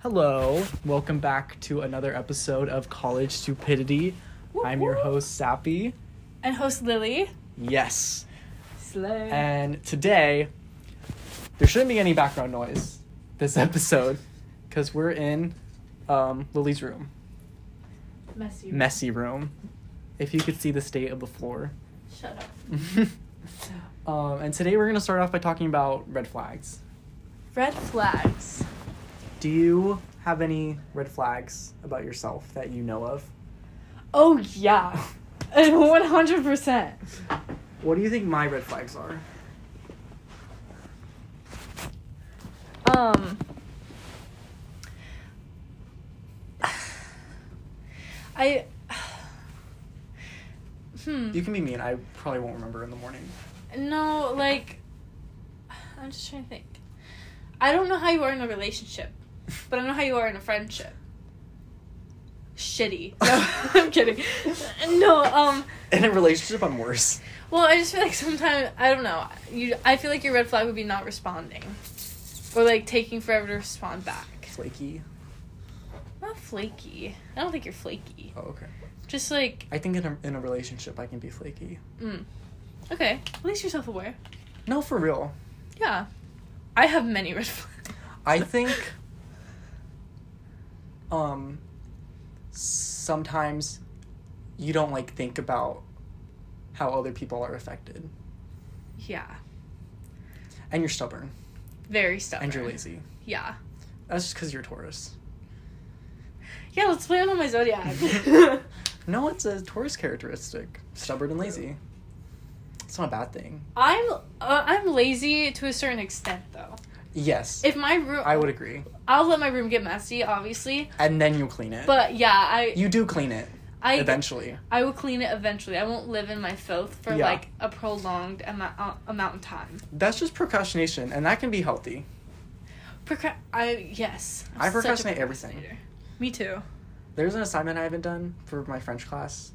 Hello, welcome back to another episode of College Stupidity. I'm your host, Sappy. and host Lily. Yes. Slay. And today, there shouldn't be any background noise this episode because we're in um, Lily's room, Messy. messy room. If you could see the state of the floor. Shut up. um, and today, we're going to start off by talking about red flags. Red flags. Do you have any red flags about yourself that you know of? Oh yeah, one hundred percent. What do you think my red flags are? Um. I. Hmm. You can be mean. I probably won't remember in the morning. No, like. I'm just trying to think. I don't know how you are in a relationship, but I know how you are in a friendship. Shitty. No, I'm kidding. No, um. In a relationship, I'm worse. Well, I just feel like sometimes I don't know. You, I feel like your red flag would be not responding, or like taking forever to respond back. Flaky. Not flaky. I don't think you're flaky. Oh, okay. Just like, I think in a, in a relationship, I can be flaky. mm. okay. At least you're self-aware. No, for real. Yeah, I have many red flags. I think. Um. Sometimes, you don't like think about how other people are affected, Yeah, and you're stubborn, very stubborn. and you're lazy. Yeah. That's just because you're Taurus. Yeah. Let's play it on my zodiac. No, it's a Taurus characteristic: stubborn and lazy. It's not a bad thing. I'm uh, I'm lazy to a certain extent though. Yes, If my room, I would agree. I'll let my room get messy, obviously. And then you clean it. But yeah, I you do clean it I eventually. I will clean it eventually. I won't live in my filth for Yeah. like a prolonged amount amount of time. That's just procrastination, and that can be healthy. Procra- I yes. I'm I such a procrastinate everything. procrastinator. Me too. There's an assignment I haven't done for my French class,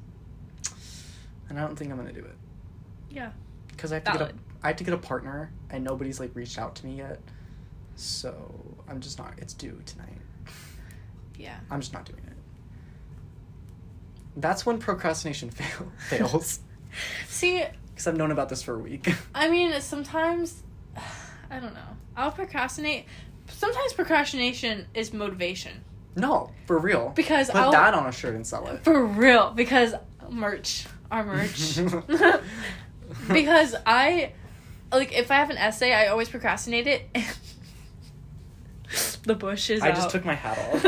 and I don't think I'm gonna do it Yeah. because I have to get Valid. a I have to get a partner, and nobody's like reached out to me yet. So I'm just not. It's due tonight. Yeah. I'm just not doing it. That's when procrastination fail, fails See, because I've known about this for a week. I mean, sometimes I don't know. I'll procrastinate. Sometimes procrastination is motivation no, for real. because Put I'll that on a shirt and sell it. for real because merch our merch because I like if I have an essay I always procrastinate it. the bush is I out. just took my hat off,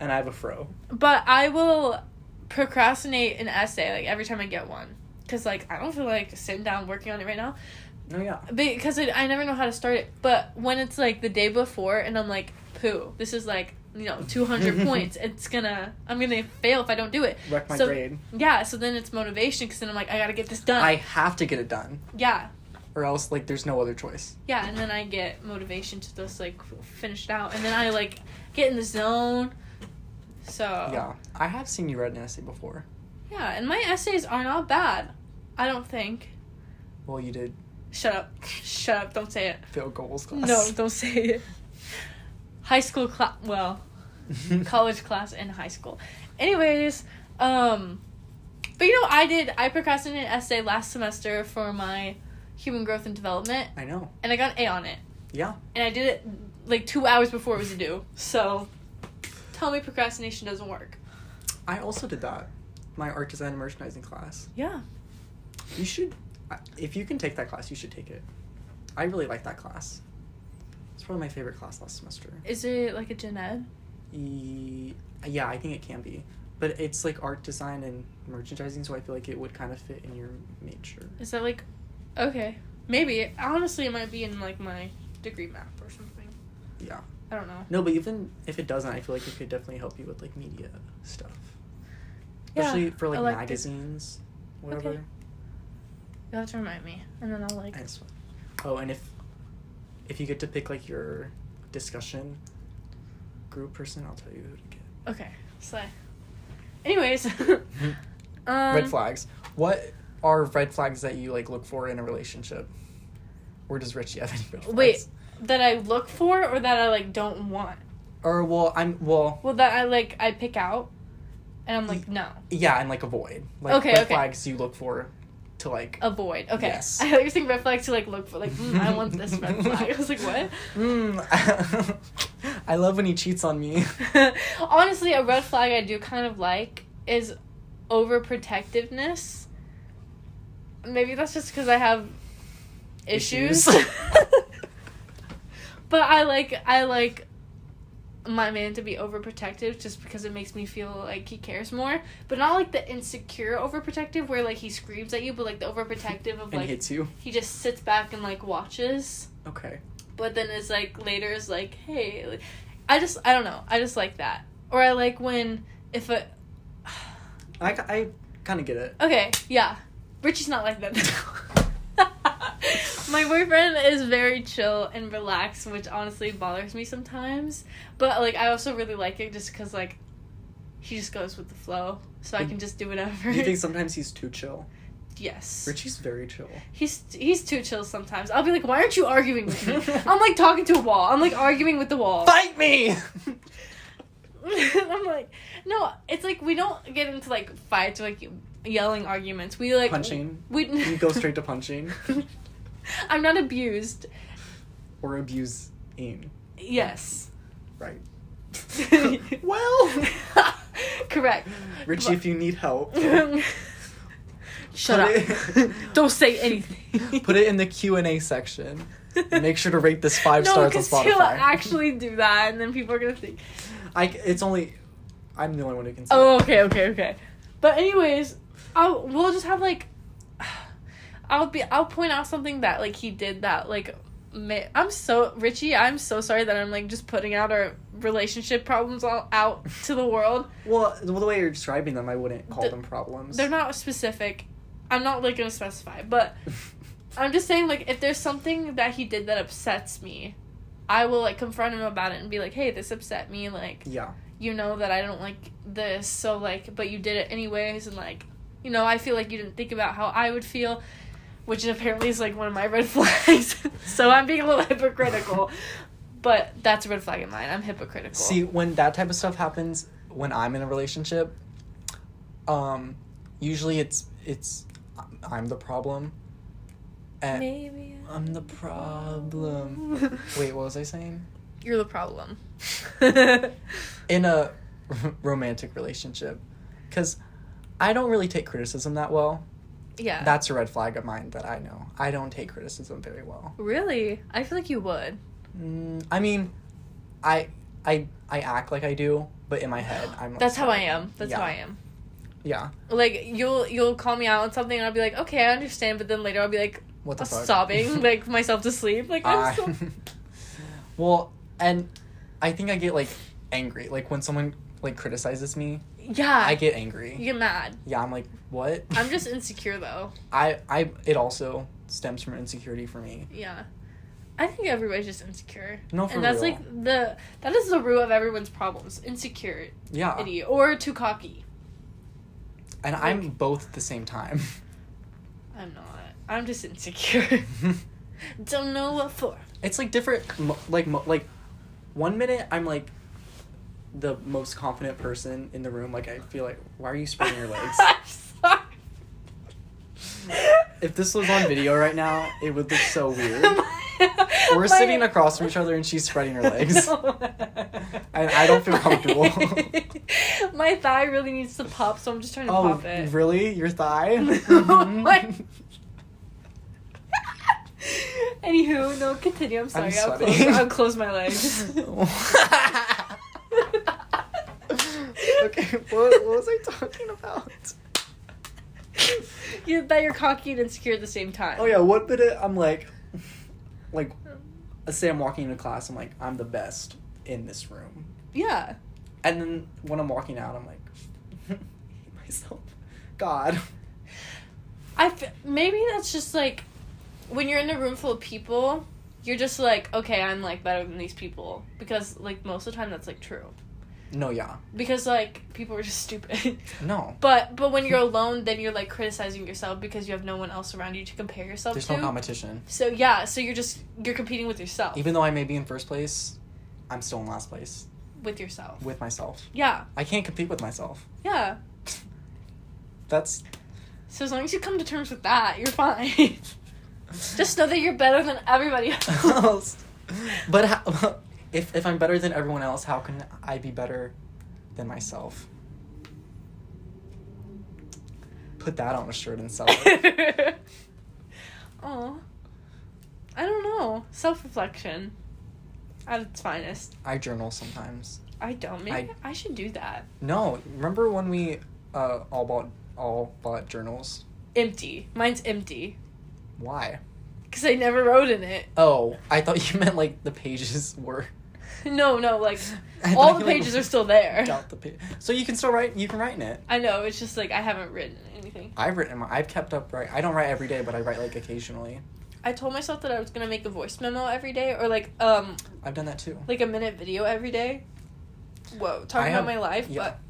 and I have a fro. But I will procrastinate an essay like every time I get one. Cause like I don't feel like sitting down working on it right now No, Oh, yeah. because I, I never know how to start it. But when it's like the day before and I'm like, poo, this is like you know 200 points. It's gonna I'm gonna fail if I don't do it. Wreck my So- uh, grade. Yeah. So then it's motivation because then I'm like I gotta get this done. I have to get it done, yeah. or else like there's no other choice. Yeah. And then I get motivation to just like finish it out and then I like get in the zone. So Yeah, I have seen you write an essay before. Yeah, and my essays are not bad. I don't think. Well, you did Shut up. Shut up. Don't say it. field goals class. No, don't say it. High school class. Well, college class and high school. Anyways, um, but you know, I did. I procrastinated an essay last semester for my human growth and development, I know. and I got an A on it. Yeah. And I did it like two hours before it was due. So, tell me procrastination doesn't work. I also did that. My art design and merchandising class. Yeah. You should, I- if you can take that class, you should take it. I really like that class. It's probably my favorite class last semester. Is it like a gen ed? E- yeah, I think it can be, but it's like art design and merchandising, so I feel like it would kind of fit in your major. Is that like okay? Maybe. Honestly, it might be in like my degree map or something. Yeah. I don't know. No, but even if it doesn't, I feel like it could definitely help you with like media stuff. Yeah, Especially for like elective. magazines, whatever. Okay. You'll have to remind me, and then I'll like. And so- oh, and if if you get to pick like your discussion group person, I'll tell you who to get. Okay. So. Anyways. um, red flags. What are red flags that you like look for in a relationship? Or does Richie have any red flags? Wait. That I look for, or that I like don't want. or well, I'm well, Well, that I like I pick out, and I'm like no, yeah, and like avoid like Okay, red okay. Oh. flags you look for to like. avoid. Okay, Yes. I thought you were saying red flag to like look for like mm, I want this red flag. I was like what? Mm, I love when he cheats on me. Honestly, a red flag I do kind of like is overprotectiveness. Maybe that's just because I have issues. Issues. but I like I like my man to be overprotective just because it makes me feel like he cares more. But not like the insecure overprotective where like he screams at you, but like the overprotective of and like hits you. he just sits back and like watches Okay. but then it's like later is like hey like, i just i don't know i just like that or i like when if a I, I kind of get it. okay yeah richie's not like that my boyfriend is very chill and relaxed which honestly bothers me sometimes but like i also really like it just because like he just goes with the flow so i can just do whatever Mm-hmm. Do you think sometimes he's too chill? yes Richie's very chill. He's he's too chill sometimes. I'll be like, why aren't you arguing with me? I'm like talking to a wall. I'm like arguing with the wall. Fight me! I'm like, no, it's like we don't get into like fights, like yelling arguments. We like punching. We You go straight to punching I'm not abused. or abusing. Yes. Right. well. Correct. Richie, if you need help, Shut up. Put it- don't say anything. Put it in the Q and A section. And make sure to rate this five no, stars on because he'll Spotify. actually do that, and then people are gonna think. I, it's only I'm the only one who can. Say Oh, it. okay, okay, okay. But anyways, I'll we'll just have like, I'll be I'll point out something that like he did that like, ma- I'm so Richie, I'm so sorry that I'm like just putting out our relationship problems all out to the world. Well, the the way you're describing them, I wouldn't call The- them problems. They're not specific. I'm not like gonna specify, but I'm just saying like if there's something that he did that upsets me, I will like confront him about it and be like, hey, this upset me, like. yeah. you know that I don't like this, so like, but you did it anyways, and like, you know, I feel like you didn't think about how I would feel, which apparently is like one of my red flags. so I'm being a little hypocritical, but that's a red flag in mine. I'm hypocritical. See, when that type of stuff happens, when I'm in a relationship, um, usually it's it's I'm the problem. And maybe I'm the problem. Wait, what was I saying? You're the problem. In a romantic relationship, because I don't really take criticism that well. yeah. That's a red flag of mine that I know. I don't take criticism very well. really, I feel like you would. Mm, I mean, I I I act like I do, but in my head, I'm. Like, That's how I sorry. am. That's yeah. how I am. Yeah. Like you'll you'll call me out on something and I'll be like, okay, I understand, but then later I'll be like What the fuck? sobbing like myself to sleep. Like I'm I- so well, and I think I get like angry. Like when someone like criticizes me, Ah. Yeah. I get angry. you get mad. Yeah, I'm like, what? I'm just insecure though. I I it also stems from insecurity for me. Yeah. I think everybody's just insecure. No, for and that's real. like the that is the root of everyone's problems. Insecurity Yeah, or too cocky. and I'm both at the same time. I'm not. I'm just insecure. Don't know what for. it's like different. mo- Like mo- like, one minute I'm like the most confident person in the room. Like I feel like, why are you spreading your legs? I'm sorry. If this was on video right now, it would look so weird. We're My- sitting across from each other and she's spreading her legs. No. And I don't feel comfortable. My thigh really needs to pop, so I'm just trying to Oh, pop it. really? Your thigh? What? Anywho, no, continue. I'm sorry. i will sweating. close, I'll close my legs. okay, what, what was I talking about? you that you're cocky and insecure at the same time. Oh yeah, what minute I'm like, like, let's say I'm walking into class, I'm like, I'm the best in this room, Yeah. and then when I'm walking out, I'm like, I hate myself, God. I f- maybe that's just like when you're in a room full of people, you're just like, okay, I'm like better than these people because like most of the time that's like true No, yeah, because like people are just stupid. no. but but when you're alone, then you're like criticizing yourself because you have no one else around you to compare yourself There's to. no competition. so yeah, so you're just you're competing with yourself. Even though I may be in first place, I'm still in last place. with yourself. with myself. Yeah, I can't compete with myself. yeah. That's So as long as you come to terms with that, you're fine. Just know that you're better than everybody Oh. else. but how, if if I'm better than everyone else, how can I be better than myself? Put that on a shirt and sell it. Oh, I don't know. Self reflection at its finest. I journal sometimes. I don't. Maybe I, should do that. No, remember when we uh, all bought all bought journals? Empty. Mine's empty Why? because I never wrote in it. Oh, I thought you meant like the pages were. No, no. Like I all thought the you, like, pages are still there. Out the pa- so you can still write. You can write in it. I know. It's just like I haven't written anything. I've written. My, I've kept up. Right. I don't write every day, but I write like occasionally. I told myself that I was gonna make a voice memo every day, or like um I've done that too. like a minute video every day. Whoa, talking I about have- my life, yeah. but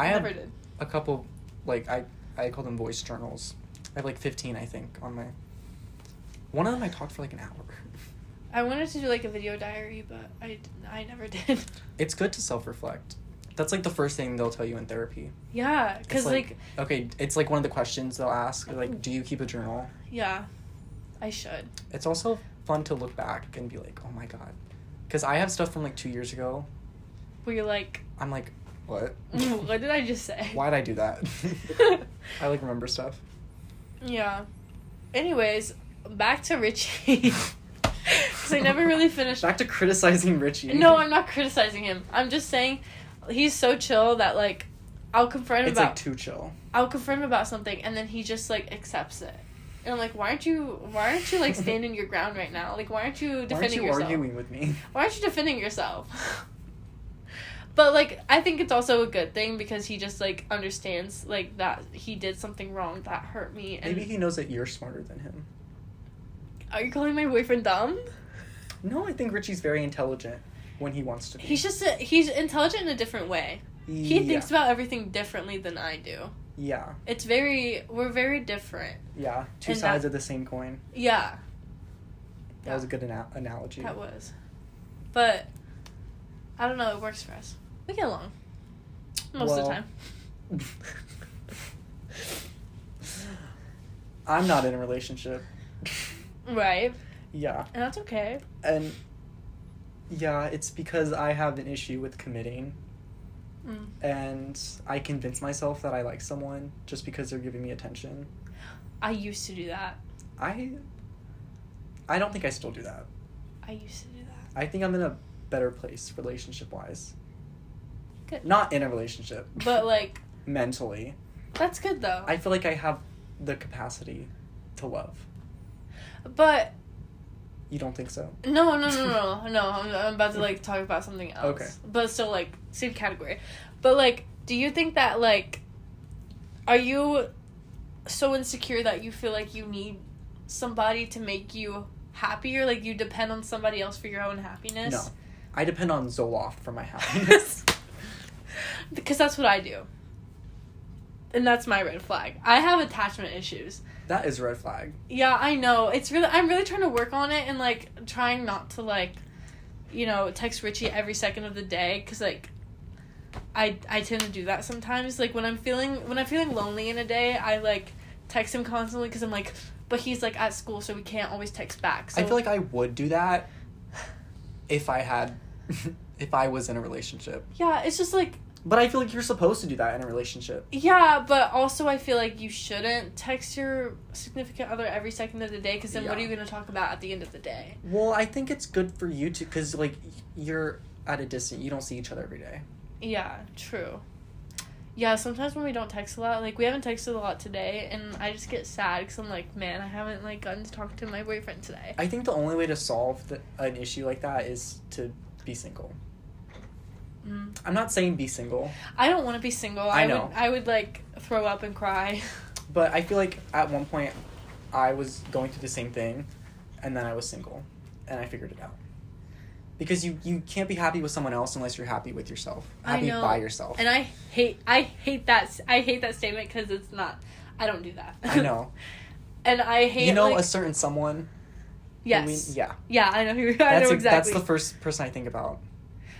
I, I have never did. a couple like I I call them voice journals. I have like fifteen I think on my one of them I talked for like an hour. I wanted to do like a video diary, but I I never did. It's good to self reflect. That's like the first thing they'll tell you in therapy. Yeah, It's cause like, okay, it's like one of the questions they'll ask. They're like, do you keep a journal? yeah, I should. It's also fun to look back and be like, oh my god, because I have stuff from like two years ago. Where you're like, I'm like, what? what did I just say? Why'd I do that? I like remember stuff. yeah. Anyways, back to Richie. Cause I never really finished. Back to criticizing Richie. No, I'm not criticizing him. I'm just saying, he's so chill that like, I'll confront him It's about like too chill. I'll confront him about something, and then he just like accepts it. And I'm like, why aren't you? Why aren't you like standing your ground right now? Like, why aren't you Why aren't defending you yourself? arguing with me? Why aren't you defending yourself? but like, I think it's also a good thing because he just like understands like that he did something wrong that hurt me. And Maybe he knows that you're smarter than him. are you calling my boyfriend dumb? No, I think Richie's very intelligent when he wants to be. He's just a, he's intelligent in a different way. He yeah. thinks about everything differently than I do. Yeah, It's very we're very different. yeah. Two And that- sides of the same coin. Yeah, That was a good ana- analogy. that was. But I don't know. It works for us. We get along most of Well, the time. I'm not in a relationship. Right, Yeah, and that's okay. and yeah, it's because I have an issue with committing, Mm. and I convince myself that I like someone just because they're giving me attention. I used to do that. I. I don't think I still do that. I used to do that. I think I'm in a better place relationship wise. Good. Not in a relationship. But like mentally. that's good though. I feel like I have the capacity to love. but You don't think so? no, no, no, no, no. no I'm, I'm about to like talk about something else. Okay. But still like same category. But like, do you think that like, are you so insecure that you feel like you need somebody to make you happier? Like you depend on somebody else for your own happiness? No. I depend on Zoloft for my happiness. because that's what I do. And that's my red flag. I have attachment issues. that is a red flag. Yeah, I know. It's really I'm really trying to work on it and like trying not to like you know, text Richie every second of the day cuz like I I tend to do that sometimes. Like when I'm feeling when I'm feeling lonely in a day, I like text him constantly cuz I'm like but he's like at school so we can't always text back. So I feel like I would do that if I had if I was in a relationship. Yeah, it's just like But I feel like you're supposed to do that in a relationship. yeah, but also I feel like you shouldn't text your significant other every second of the day cuz then what are Yeah. you going to talk about at the end of the day? Well, I think it's good for you to cuz like you're at a distance. You don't see each other every day. Yeah, true. Yeah, sometimes when we don't text a lot, like we haven't texted a lot today, and I just get sad because I'm like, man, I haven't like gotten to talk to my boyfriend today. I think the only way to solve the, an issue like that is to be single. Mm. I'm not saying be single, I don't want to be single. I I, know. Would, I would like throw up and cry. But I feel like at one point I was going through the same thing and then I was single and I figured it out. Because you, you can't be happy with someone else unless you're happy with yourself. I Happy know. by yourself. and I hate, I hate that, s- I hate that statement because it's not. I don't do that. I know. and I hate. you know like- a certain someone. who we- yes. yeah. yeah. I know who. I That's know a- exactly. that's the first person I think about.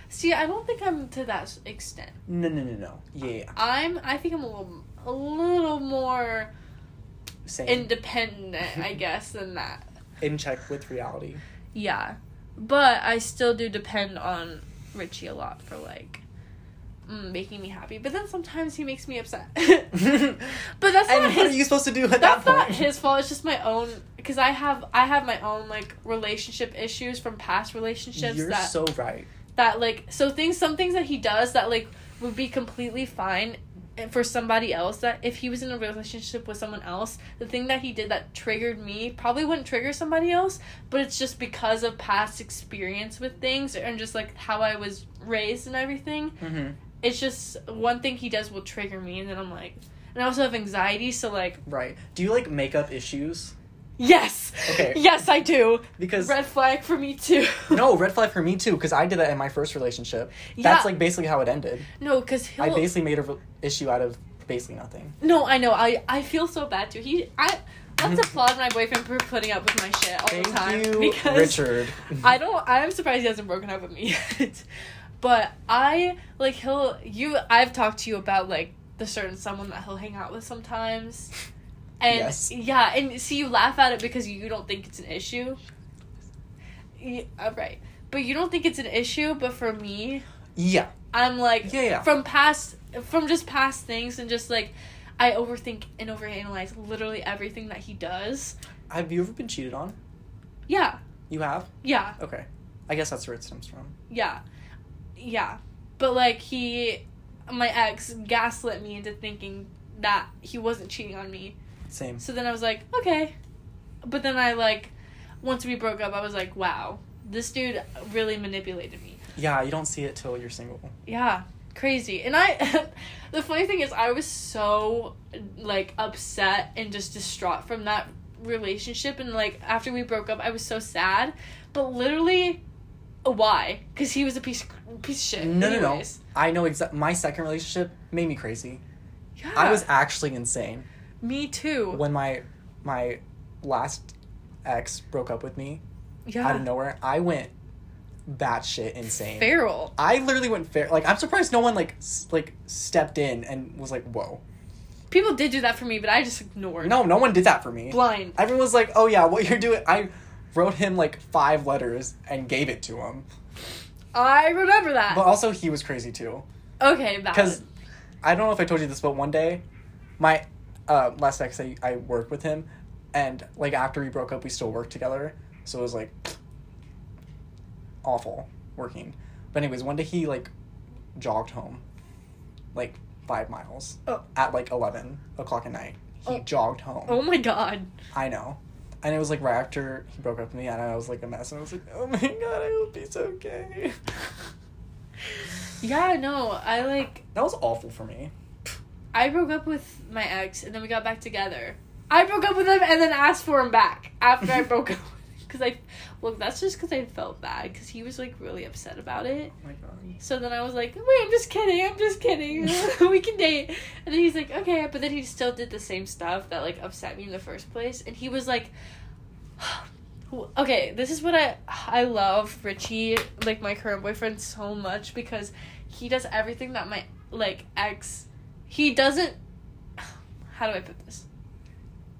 See, I don't think I'm to that s- extent. No, no, no, no. Yeah, yeah. I'm. I think I'm a little, a little more Same. independent, I guess, than that. in check with reality. Yeah, but I still do depend on Richie a lot for like mm, making me happy. But then sometimes he makes me upset. but and that's not what his. are you supposed to do at that's that point? not his fault. It's just my own. Because I have I have my own like relationship issues from past relationships You're that so right. that like so things some things that he does that like would be completely fine for somebody else that if he was in a relationship with someone else the thing that he did that triggered me probably wouldn't trigger somebody else but it's just because of past experience with things and just like how i was raised and everything hmm it's just one thing he does will trigger me and then i'm like and i also have anxiety so like Right. Do you like makeup issues? yes Okay. yes i do Because red flag for me too no, red flag for me too. Because I did that in my first relationship. yeah That's like basically how it ended. no because he'll I basically made a re- issue out of basically nothing. No, I know. I I feel so bad too. He I let's applaud my boyfriend for putting up with my shit all the time Mm-hmm. Thank you, because Richard. I don't. I'm surprised he hasn't broken up with me yet. But I like he'll you. I've talked to you about like the certain someone that he'll hang out with sometimes. And Yes. yeah, and see, you laugh at it because you don't think it's an issue. Yeah, uh, right. But you don't think it's an issue, but for me, yeah. I'm like Yeah, yeah. from past from just past things and just like I overthink and overanalyze literally everything that he does. Have you ever been cheated on? Yeah. You have. Yeah. Okay. I guess that's where it stems from. Yeah. Yeah. But like he my ex gaslit me into thinking that he wasn't cheating on me. Same. So then I was like, okay. But then I like once we broke up, I was like, wow. This dude really manipulated me. Yeah, you don't see it till you're single. Yeah, crazy. And I, the funny thing is, I was so like upset and just distraught from that relationship. And like after we broke up, I was so sad. But literally, why? Because he was a piece piece of shit. No, no, no. Anyways. I know exactly. My second relationship made me crazy. Yeah. I was actually insane. Me too. when my my last ex broke up with me yeah. out of nowhere, I went batshit insane. Feral. I literally went fair. Like I'm surprised no one like s- like stepped in and was like, "Whoa." People did do that for me, but I just ignored. No, no one did that for me. Blind. Everyone was like, "Oh yeah, what you're doing?" I wrote him like five letters and gave it to him. I remember that. But also he was crazy too. okay, valid. Because I don't know if I told you this, but one day, my uh, last ex, I, I worked with him, and like after we broke up, we still worked together. So it was like awful working. But anyways, one day he like jogged home, like five miles Oh. at like eleven o'clock at night. He Oh. jogged home. oh my god. I know. And it was like right after he broke up with me, and I was like a mess, and I was like, oh my god, I hope he's okay. Yeah, no, I like. That was awful for me. I broke up with my ex and then we got back together. I broke up with him and then asked for him back after I broke up. Because I, well, that's just because I felt bad because he was like really upset about it. Oh my god. So then I was like, wait, I'm just kidding, I'm just kidding. we can date. And then he's like, okay, but then he still did the same stuff that like upset me in the first place. And he was like, okay, this is what I I love Richie, like my current boyfriend, so much because he does everything that my like ex, he doesn't. How do I put this?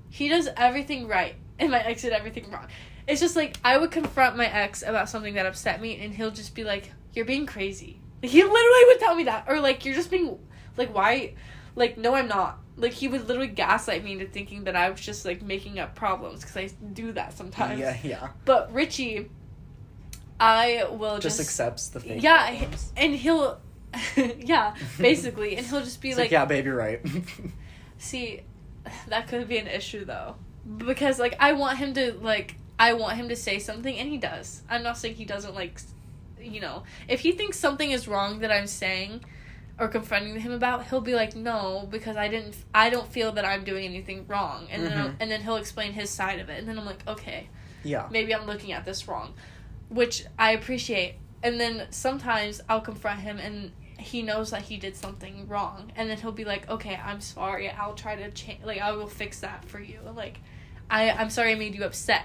He does everything right, and my ex did everything wrong. It's just like I would confront my ex about something that upset me, and he'll just be like, "You're being crazy." Like, he literally would tell me that, or like, "You're just being like why?" Like, no, I'm not. Like he would literally gaslight me into thinking that I was just like making up problems because I do that sometimes. Yeah, yeah. But Richie, I will just, just, accepts the fake. Yeah, he- problems. and he'll, yeah, basically, and he'll just be It's like, like, yeah, babe, you're right. see, that could be an issue though, because like I want him to like I want him to say something, and he does. I'm not saying he doesn't like, s- you know, if he thinks something is wrong that I'm saying. Or confronting him about, he'll be like, "No, because I didn't. I don't feel that I'm doing anything wrong." And then, I'll- Mhm. and then he'll explain his side of it, and then I'm like, "Okay, yeah, maybe I'm looking at this wrong, which I appreciate. And then sometimes I'll confront him and he knows that he did something wrong and then he'll be like, "Okay, I'm sorry. I'll try to change like I will fix that for you." And like, "I I'm sorry I made you upset."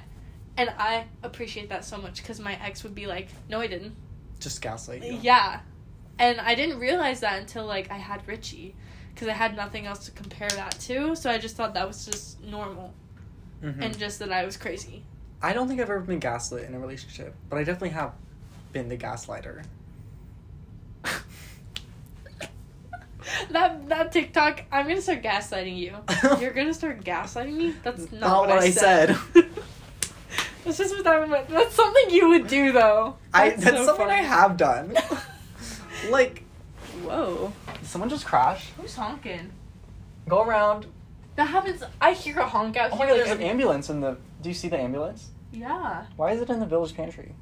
And I appreciate that so much cuz my ex would be like, "No, I didn't." just gaslight you. Yeah. And I didn't realize that until like I had Richie because I had nothing else to compare that to. So I just thought that was just normal Mhm. and just that I was crazy. I don't think I've ever been gaslit in a relationship, but I definitely have been the gaslighter. that that TikTok, I'm going to start gaslighting you. You're going to start gaslighting me? That's not, Not what, what I I said. said. that's just what that would, that's something you would do though. I that's so something I funny. have done. like Whoa. did someone just crashed. Who's honking? Go around. That happens. I hear a honk out Oh my here. god, like, there's an every- ambulance in the. Do you see the ambulance? yeah. Why is it in the village pantry?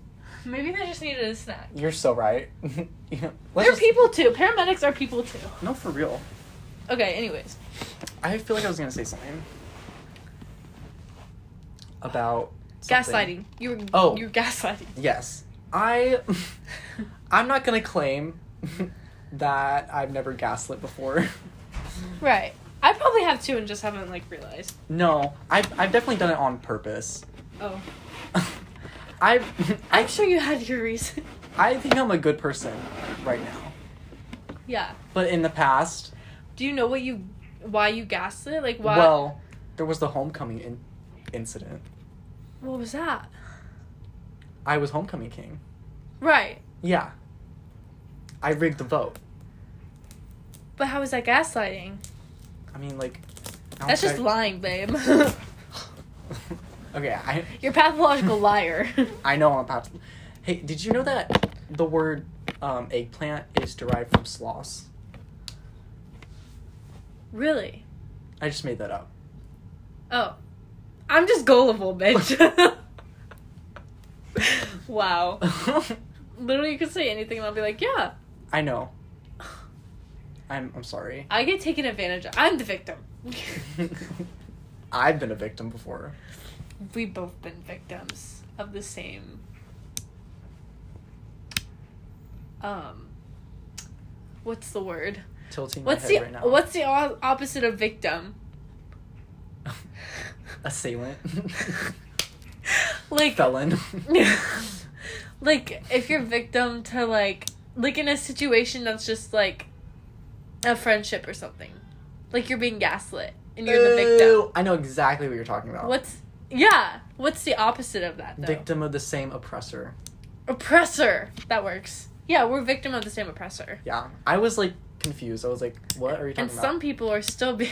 Maybe they just needed a snack. You're so right. you know, They're let's just- people too. Paramedics are people too. No, for real. Okay, anyways. I feel like I was gonna say something about something. Gaslighting. You were Oh. you're gaslighting. Yes, I. I'm not gonna claim that I've never gaslit before. right. I probably have too and just haven't like realized. No, I've I've definitely done it on purpose. Oh. I've I'm sure you had your reason. I think I'm a good person right now. yeah. But in the past, Do you know what you why you gaslit? Like why well, there was the homecoming in- incident. what was that? I was homecoming king. Right. Yeah. I rigged the vote. But how is that gaslighting? I mean, like. I don't That's just think lying, babe. I- okay, I You're a pathological liar. I know I'm past. Hey, did you know that the word um, eggplant is derived from sloss? really? I just made that up. Oh. I'm just gullible, bitch. wow. Literally you could say anything and I'll be like, yeah. I know. I'm I'm sorry. I get taken advantage of. I'm the victim. I've been a victim before. We've both been victims of the same. Um, what's the word? Tilting What's my the head right now. what's the o- opposite of victim? assailant? like Felon. like if you're victim to like like in a situation that's just like a friendship or something, like you're being gaslit and you're the victim. Ew, I know exactly what you're talking about. What's yeah? What's the opposite of that though? victim of the same oppressor? Oppressor. That works. Yeah, we're victim of the same oppressor. Yeah, I was like confused. I was like, what are you And talking some about? people are still being.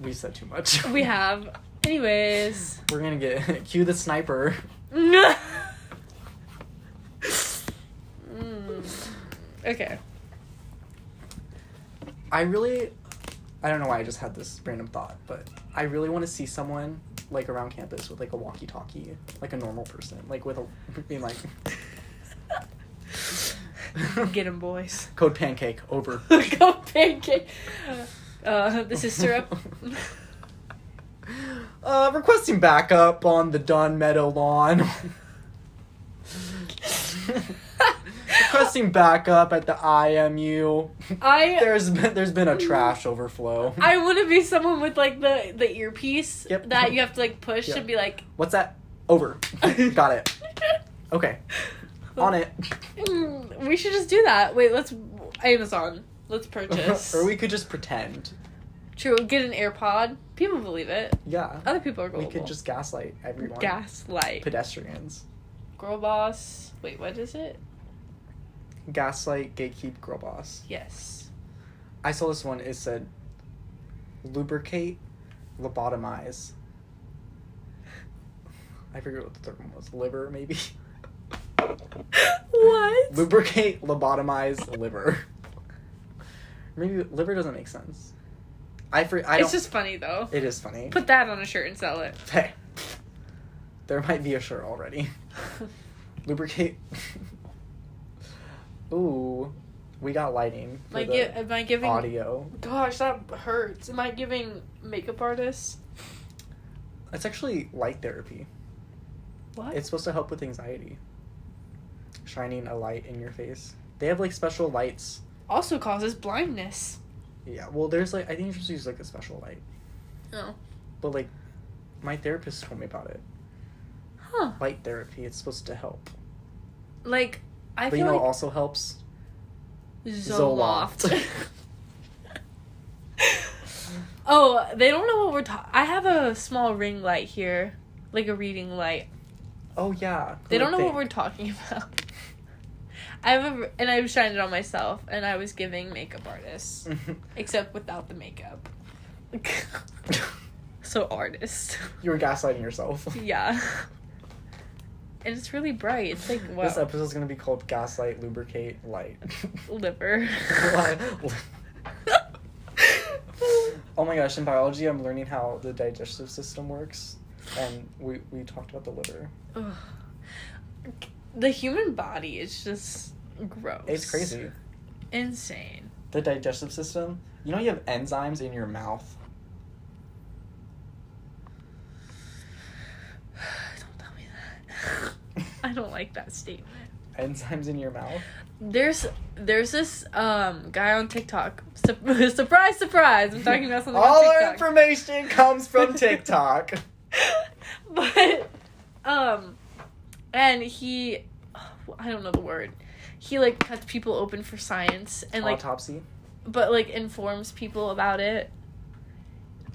we said too much. we have. Anyways. We're gonna get cue the sniper. Mm. Okay. I really, I don't know why I just had this random thought, but I really want to see someone like around campus with like a walkie-talkie, like a normal person, like with a being like Get him, boys. code pancake over. Go pancake. Uh, this is syrup. Uh, requesting backup on the Don Meadow lawn. requesting backup at the IMU. I There's been, there's been a trash overflow. I want to be someone with like the the earpiece Yep. that you have to like push Yep. and be like. What's that? Over. Got it. Okay. On it. Mm, we should just do that. Wait, let's Amazon. Let's purchase. or we could just pretend. True. Get an AirPod. People believe it. Yeah. Other people are We gullible. could just gaslight everyone. gaslight. Pedestrians. Girl boss. Wait, what is it? Gaslight, gatekeep, girl boss. Yes. I saw this one. It said, lubricate, lobotomize. I forget what the third one was. Liver, maybe? what? lubricate, lobotomize, liver. Maybe liver doesn't make sense. I, for, I it's don't. just funny though. It is funny. Put that on a shirt and sell it. Hey, there might be a shirt already. Lubricate. Ooh, we got lighting. For Like, the gi- am I giving? audio. Gosh, that hurts. Am I giving makeup artists? It's actually light therapy. What? It's supposed to help with anxiety. Shining a light in your face. They have like special lights. also causes blindness. Yeah. Well, there's like I think you're supposed to use like a special light, Oh. but like my therapist told me about it. Huh. Light therapy. It's supposed to help. Like I but feel you know, like what also helps. Zoloft. Zoloft. oh, they don't know what we're talking. I have a small ring light here, like a reading light. Oh yeah. They don't know Like what we're talking about. I have a, and I shined it on myself, and I was giving makeup artists, except without the makeup. so artist, you were gaslighting yourself. yeah. And it's really bright. It's like wow, This episode's gonna be called Gaslight Lubricate Light. liver. oh my gosh, in biology I'm learning how the digestive system works. And we, we talked about the liver. Ugh. the human body is just gross. It's crazy. Insane. The digestive system, you know you have enzymes in your mouth. don't tell me that. I don't like that statement. Enzymes in your mouth. There's there's this um guy on TikTok. Su- surprise, surprise! I'm talking about something All our on TikTok. information comes from TikTok. but um, and he, I don't know the word. He like cuts people open for science and like, Autopsy. but like informs people about it.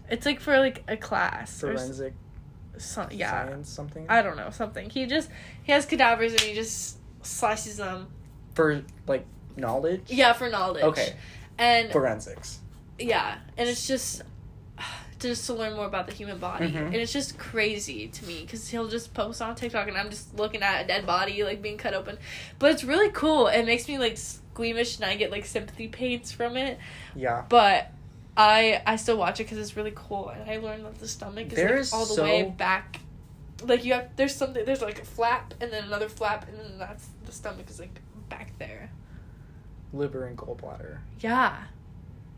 It's like for like a class or s- Forensic some, yeah. science something. I don't know something. He just he has cadavers and he just slices them. For like knowledge? Yeah, for knowledge. Okay. And Forensics. yeah, and it's just just to learn more about the human body, Mhm. and it's just crazy to me because he'll just post on TikTok, and I'm just looking at a dead body like being cut open, but it's really cool. It makes me like squeamish, and I get like sympathy pains from it, Yeah. but. I I still watch it because it's really cool, and I learned that the stomach is There like, is all the so- way back. Like you have, there's something, there's like a flap, and then another flap, and then that's the stomach is like back there. Liver and gallbladder. Yeah,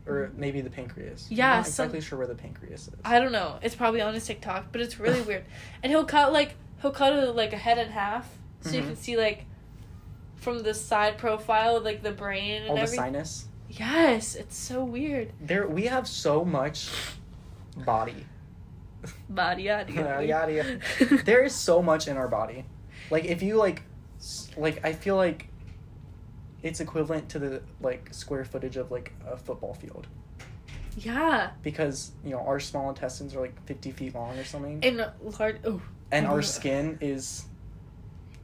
Or maybe the pancreas. I'm Yeah, not some- exactly sure where the pancreas is. I don't know. It's probably on his TikTok, but it's really weird. And he'll cut like he'll cut it like a head in half, so you Mhm. can see like from the side profile like the brain and All Oh, the everything. sinus. yes, it's so weird. There we have so much body. Body yada Yeah, yada. yada, yada. there is so much in our body. Like if you like s- like I feel like it's equivalent to the like square footage of like a football field yeah, because you know our small intestines are like 50 feet long or something and large. Oh, and our Ugh. skin is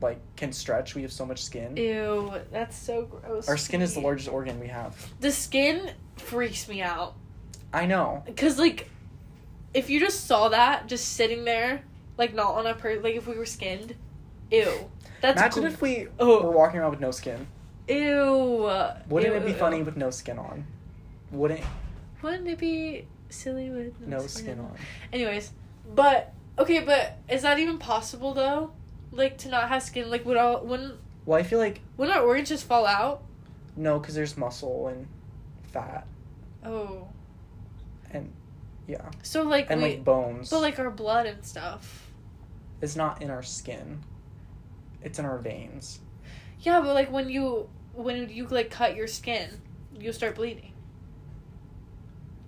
like can stretch we have so much skin ew, that's so gross. our to skin is the me. largest organ we have The skin freaks me out i know because like if you just saw that just sitting there like not on a per like if we were skinned, ew. That's imagine gr- if we Oh. were walking around with no skin Ew. wouldn't Ew, it be ew, funny ew. with no skin on wouldn't Wouldn't it be silly with no skin on Anyways, but okay, but is that even possible though? Like to not have skin? Like would all wouldn't well i feel like wouldn't our organs just fall out? no because there's muscle and fat Oh, and yeah so like and we, like bones but like our blood and stuff. it's not in our skin it's in our veins Yeah, but like when you when you like cut your skin, you'll start bleeding.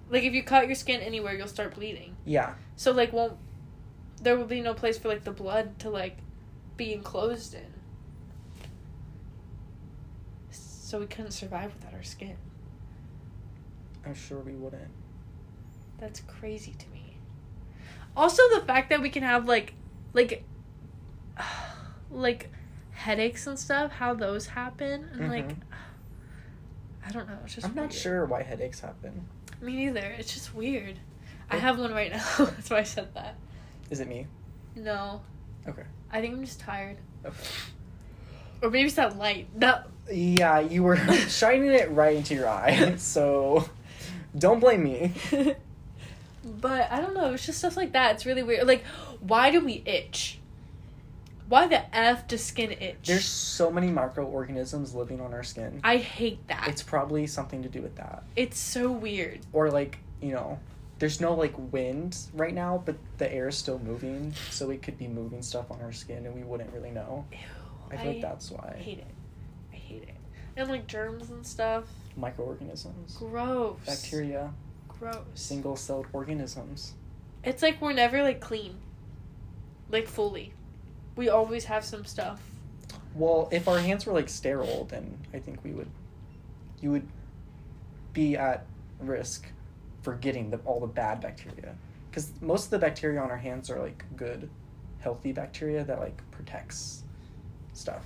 Like if you cut your skin anywhere, you'll start bleeding. yeah So like won't there will be no place for like the blood to like be enclosed in. So we couldn't survive without our skin. i'm sure we wouldn't That's crazy to me. Also the fact that we can have like like like headaches and stuff, how those happen and like Mhm. I don't know, it's just i'm not weird. sure why headaches happen Me neither. It's just weird. I It- have one right now. That's why I said that. is it me No. Okay. I think I'm just tired. okay Or maybe it's that light. That Yeah, you were shining it right into your eye. So don't blame me. but I don't know. It's just stuff like that. It's really weird. Like, why do we itch? Why the f does skin itch? There's so many microorganisms living on our skin. I hate that. It's, It's probably something to do with that. so weird. Or like, you know, there's no like wind right now, but the air is still moving, so it could be moving stuff on our skin and we wouldn't really know. Ew. I feel like that's why. hate it. I hate it. And like germs and stuff. Microorganisms. Gross. Bacteria, Gross. single celled organisms. It's like we're never like clean. Like fully. we always have some stuff. Well, if our hands were like sterile, then I think we would, you would, be at risk for getting the, all the bad bacteria, because most of the bacteria on our hands are like good, healthy bacteria that like protects stuff,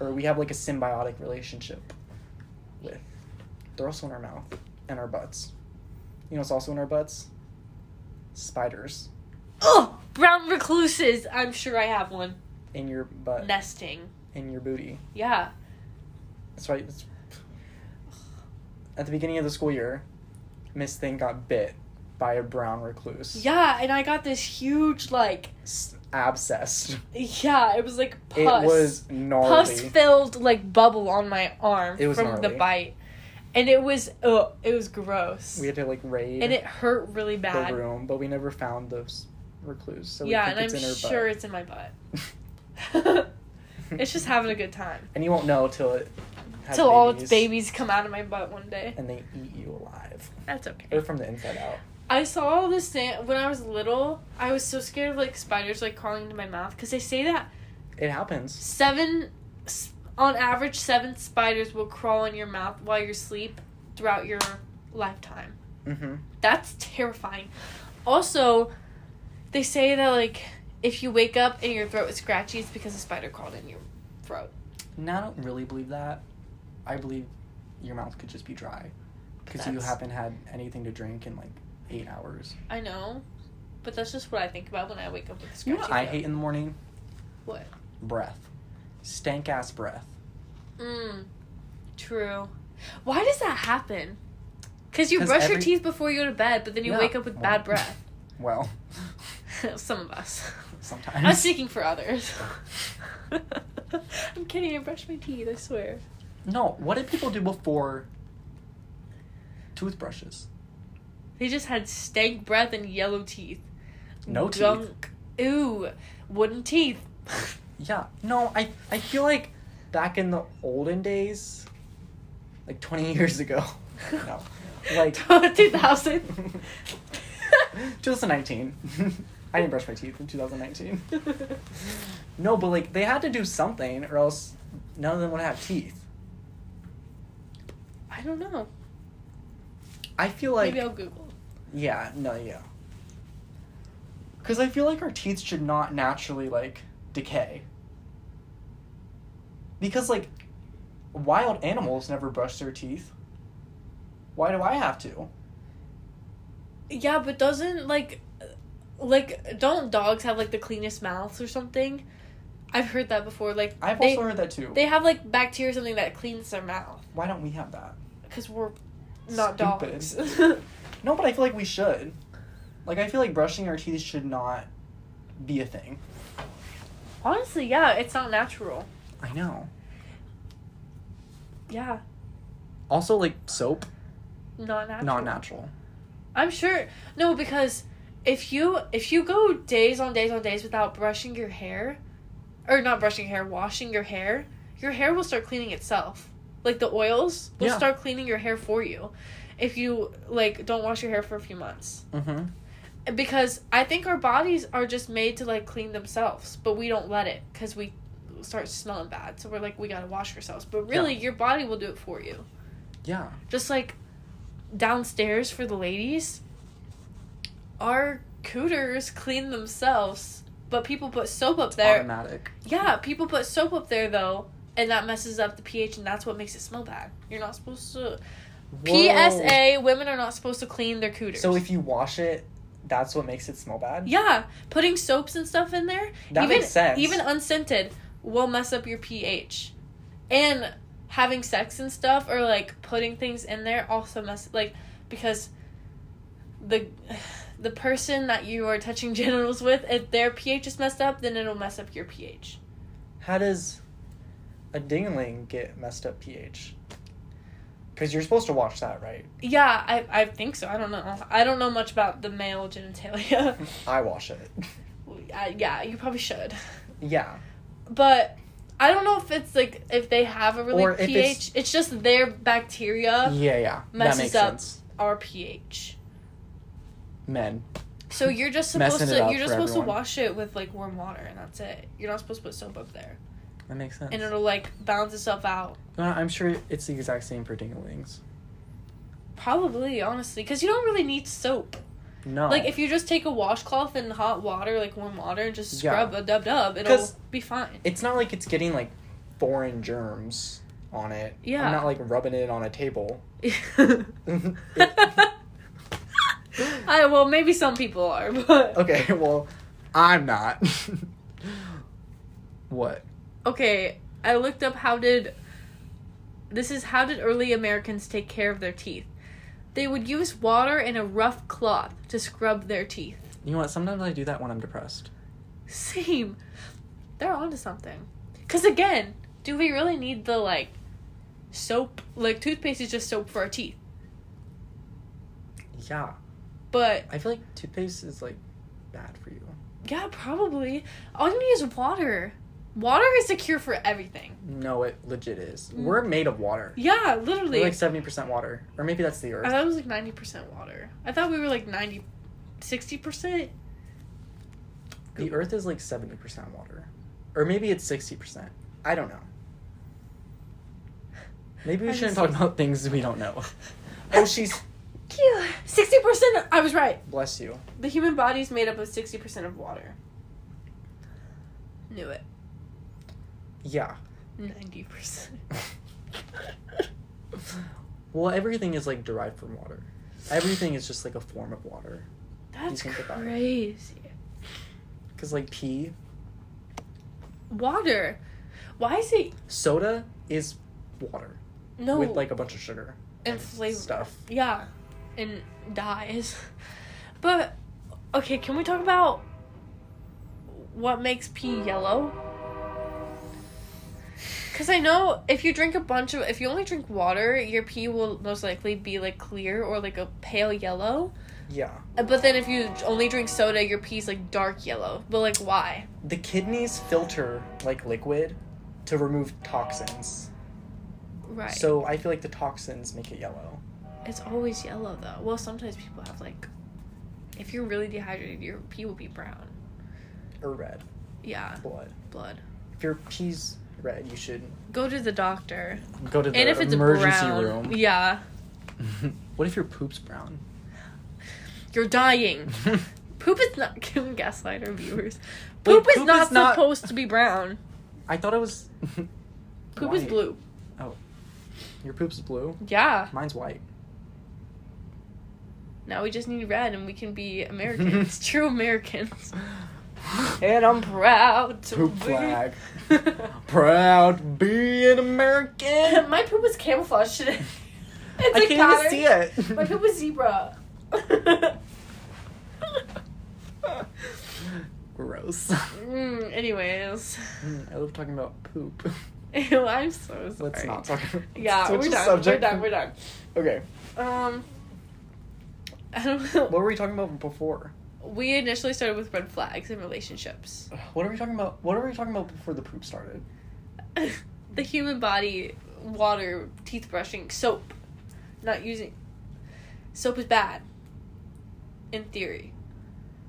or we have like a symbiotic relationship with. They're also in our mouth and our butts. You know, it's also in our butts. Spiders Oh, brown recluses. I'm sure I have one. in your butt, Nesting. in your booty. Yeah. That's right. It's... At the beginning of the school year, Miss Thing got bit by a brown recluse. Yeah, and I got this huge like S- abscessed. yeah, it was like pus. It was gnarly. pus filled like bubble on my arm It was from the gnarly. bite. And it was oh, it was gross. We had to like raid and it hurt really the bad. room, but we never found the s- recluse. So yeah, we think and I'm it's in her sure it's in my butt. butt. it's just having a good time. And you won't know till it. has Till all babies, its babies come out of my butt one day. And they eat you alive, That's okay. or from the inside out. I saw this thing when I was little. I was so scared of like spiders like crawling into my mouth because they say that It happens. seven, s- on average, seven spiders will crawl in your mouth while you sleep throughout your lifetime. Mm-hmm. That's terrifying. Also, they say that like if you wake up and your throat is scratchy, it's because a spider crawled in your throat. No, I don't really believe that. I believe your mouth could just be dry because you That's- haven't had anything to drink in like eight hours. I know, but that's just what I think about when I wake up with a You scratchy. know what I throat. hate in the morning? What? Breath. Stank ass breath. Mm, true. Why does that happen? Because you 'Cause brush your every- teeth before you go to bed, but then you Yeah. wake up with Well. bad breath. Well, Some of us. sometimes. I'm speaking for others. I'm kidding. I brush my teeth. I swear. No, what did people do before toothbrushes? They just had stank breath and yellow teeth. No teeth. Gunk. Ooh, wooden teeth. Yeah. No, I I feel like back in the olden days, like 20 years ago. No. Like 2000. Just 19. I didn't brush my teeth in 2019. No, but like they had to do something, or else none of them would have teeth. I don't know. I feel like Maybe I'll Google. yeah, no, yeah. Because I feel like our teeth should not naturally like decay. Because like, wild animals never brush their teeth. Why do I have to? Yeah, but doesn't like uh, like don't dogs have like the cleanest mouths or something? I've heard that before. Like I've they, also heard that too. they have like bacteria or something that cleans their mouth Why don't we have that? because we're not Stupid. dogs. No, but I feel like we should. Like I feel like brushing our teeth should not be a thing. Honestly, yeah, it's not natural. I know. Yeah, Also, like soap, not natural. not natural. I'm sure no because if you if you go days on days on days without brushing your hair, or not brushing your hair, washing your hair, your hair will start cleaning itself. Like the oils will Yeah. start cleaning your hair for you, if you like don't wash your hair for a few months. Mm-hmm. Because I think our bodies are just made to like clean themselves, but we don't let it because we start smelling bad. So we're like we gotta wash ourselves, but really your body will do it for you Yeah. just like downstairs for the ladies, our cooters clean themselves, but people put soap up there. Automatic. yeah, people put soap up there though, and that messes up the pH, and that's what makes it smell bad. You're not supposed to. Whoa. PSA: Women are not supposed to clean their cooters. So if you wash it, that's what makes it smell bad. yeah, putting soaps and stuff in there, That even makes sense. even unscented, will mess up your pH, and having sex and stuff or like putting things in there also mess like because the the person that you are touching genitals with if their pH is messed up then it'll mess up your pH. How does a dingling get messed up pH? Because you're supposed to wash that, right? Yeah, I I think so. I don't know. I don't know much about the male genitalia. I wash it. I, yeah, you probably should. yeah. But I don't know if it's like if they have a really Or if pH. it's- It's, just their bacteria yeah, yeah. That messes makes up. sense. our pH. Men. So you're just Messing supposed it to up you're just for supposed to everyone. wash it with like warm water and that's it. You're not supposed to put soap up there. That makes sense. And it'll like balance itself out. No, I'm sure it's the exact same for dinglings. Probably, honestly, cuz you don't really need soap. No. Like if you just take a washcloth and hot water, like warm water and just Yeah. scrub a dub dub, it'll 'Cause- be fine. it's not like it's getting like foreign germs on it. Yeah. I'm not like rubbing it on a table. I well, maybe some people are, but Okay, well, I'm not. what? okay. I looked up how did this is how did early Americans take care of their teeth. They would use water and a rough cloth to scrub their teeth. You know what? Sometimes I do that when I'm depressed. Same. They're onto something. Cause again, do we really need the like soap? Like toothpaste is just soap for our teeth, Yeah. but I feel like toothpaste is like bad for you. yeah, probably all you need is water. Water is the cure for everything. No, it legit is. Mm. We're made of water. Yeah, literally. We're like 70% water. Or maybe that's the I earth. thought it was like 90% water. I thought we were like 90, 60%. The earth is like 70% water. Or maybe it's 60%. I don't know. Maybe we I shouldn't just- talk about things we don't know. Oh, she's. Cute. 60%. I was right. Bless you. The human body is made up of 60% of water. Knew it. Yeah. 90%. Well, everything is like derived from water. Everything is just like a form of water. That's think about it. crazy. Because like pee, Water. Why is it soda is water no with like a bunch of sugar and flavor? stuff. Yeah, and dies. But okay, can we talk about what makes pee yellow? Cause I know if you drink a bunch of if you only drink water, your pee will most likely be like clear or like a pale yellow. Yeah. Uh, But then if you only drink soda, your pee's like dark yellow. But like why? The kidneys filter like liquid to remove toxins. Right. So I feel like the toxins make it yellow. it's always yellow though. Well, sometimes people have like if you're really dehydrated, your pee will be brown. Or red. Yeah, Blood. blood. If your pee's red, you should Go to the doctor. go to the and if it's emergency brown, room. yeah, what if your poop's brown? you're dying. Poop is not. Can we gaslight our viewers? Poop, is, poop not is not- supposed to be brown. I thought it was Poop is White. blue. Your poop's blue. Yeah. Mine's white. Now we just need red, and we can be Americans, true Americans. And I'm proud to Poop be. flag. Proud being American. My poop is camouflage today. It's I like can't patterned. even see it. My poop is zebra. Gross. Mm, anyways, Mm, I love talking about poop. Ew, I'm so sorry. Let's not talk about Yeah, switch we're the done. subject. We're done. We're done. Okay. Um, I don't know. What were we talking about before? we initially started with red flags in relationships. What are we talking about? What are we talking about before the poop started? the human body, water, teeth brushing, soap, not using soap is bad. In theory,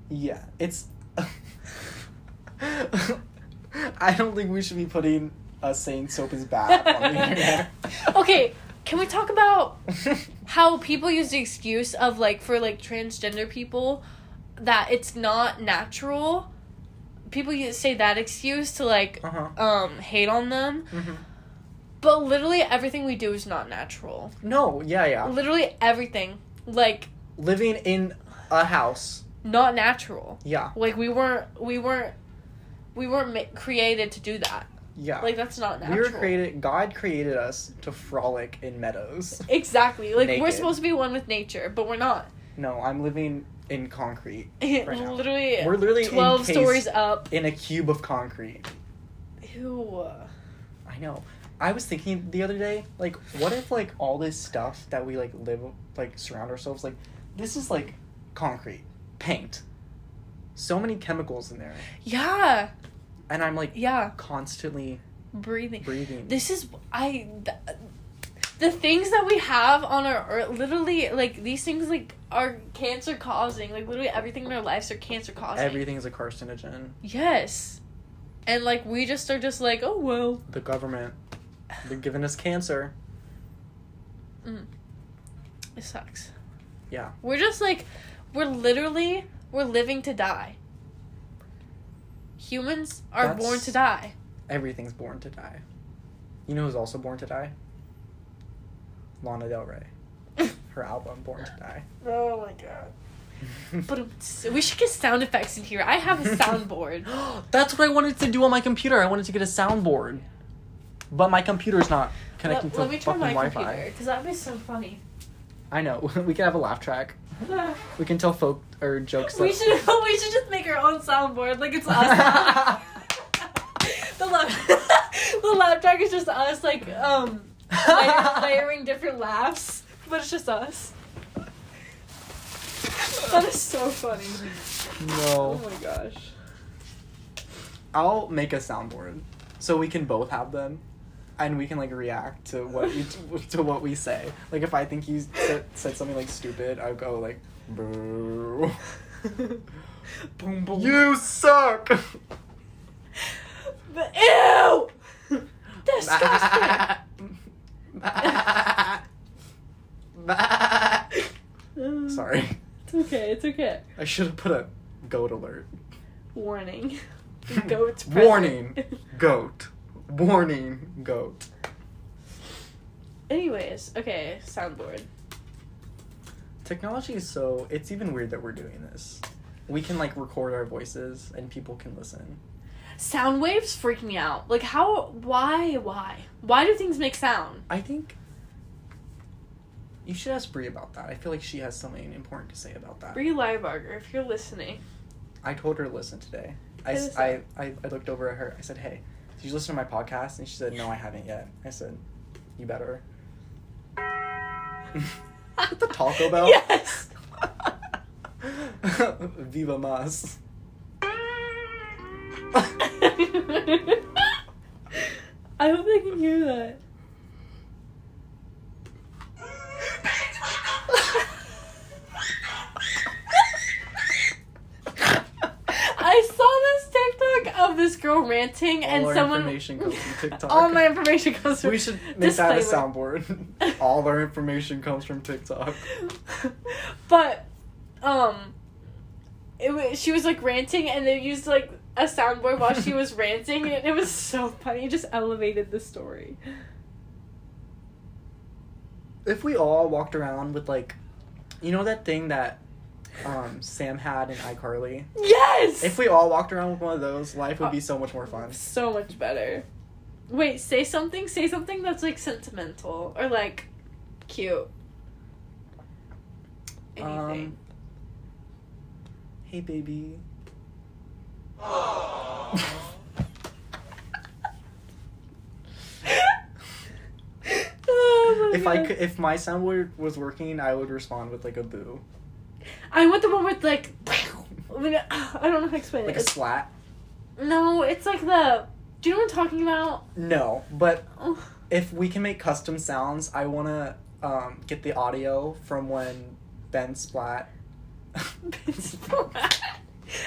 Yeah, it's. I don't think we should be putting us saying soap is bad on the internet. Uh-huh, okay. Can we talk about how people use the excuse of like for like transgender people that it's not natural? People use, say that excuse to like uh huh. um hate on them, mm-hmm. but literally everything we do is not natural. No, yeah, yeah. Literally everything like Living in a house. not natural. Yeah, Like we weren't, we weren't, we weren't ma- created to do that. yeah. Like that's not we natural. were created. God created us to frolic in meadows. Exactly. Like we're Naked. supposed to be one with nature, but we're not. No, I'm living in concrete. now. literally, We're literally twelve encased stories up. in a cube of concrete. Ew. I know. I was thinking the other day, like, what if like all this stuff that we like live, like surround ourselves, like, this is like concrete, paint, so many chemicals in there, Yeah, and I'm like yeah. constantly Breathing. breathing. This is I. Th- the things that we have on our ear- literally like these things like are cancer causing. Like literally everything in our lives are cancer causing. Everything's a carcinogen. Yes. And like we just are just like, oh well. The government, they're giving us cancer. Mm. It sucks. Yeah. We're just like we're literally we're living to die. Humans are born That's- to die. Everything's born to die. You know who's also born to die? Lana Del Rey. Her album, Born to Die. Oh my god. But it's- we should get sound effects in here. I have a soundboard. That's what I wanted to do on my computer. I wanted to get a soundboard. But my computer's not let, connecting to let me turn fucking my Wi computer Fi. because that'd be so funny. I know. we can have a laugh track. We can tell folk or jokes. we that- should we should just make our own soundboard like it's us. the laugh the laugh track is just us like um lay- layering different laughs, but it's just us. That is so funny. Oh No. my gosh. I'll make a soundboard so we can both have them, and we can like react to what we to what we say. Like if I think you said, said something like stupid, I'll go like, "Boo." Boom boom. you suck. But, ew. Disgusting. Sorry, It's okay. It's okay. I should have put a goat alert. Warning. The goat's present. Warning, goat. Warning, goat. Anyways, okay, soundboard. Technology is so it's even weird that we're doing this. We can like record our voices and people can listen. Sound waves freak me out. Like how why why? Why do things make sound? I think you should ask Brie about that. I feel like she has something important to say about that. Brie Liebarger, if you're listening. I told her to listen today. I, s- I, Listen. I, I looked over at her. I said, hey, did you listen to my podcast? And she said, no, I haven't yet. I said, you better. the Taco Bell? Yes. Viva Mas. I hope they can hear that. I saw this TikTok of this girl ranting All and our someone information goes from TikTok. All my information comes from we should make that a Disclaimer. soundboard. All our information comes from TikTok. but um it was, she was like ranting and they used like a soundboard while she was ranting and it was so funny it just elevated the story If we all walked around with like, you know that thing that um, Sam had in iCarly. yes If we all walked around with one of those, life would be Oh. so much more fun. so much better wait say something say something that's like sentimental or like cute Uh, anything Um, hey, baby. Um. Oh my if I God. could, if my soundboard was working, I would respond with like a boo, I want the one with like. I mean, I don't know how to explain like it. a slat. It's- no, it's like the. Do you know what I'm talking about? No, but Oh, if we can make custom sounds, I wanna um, get the audio from when Ben Splat. Vince Platt.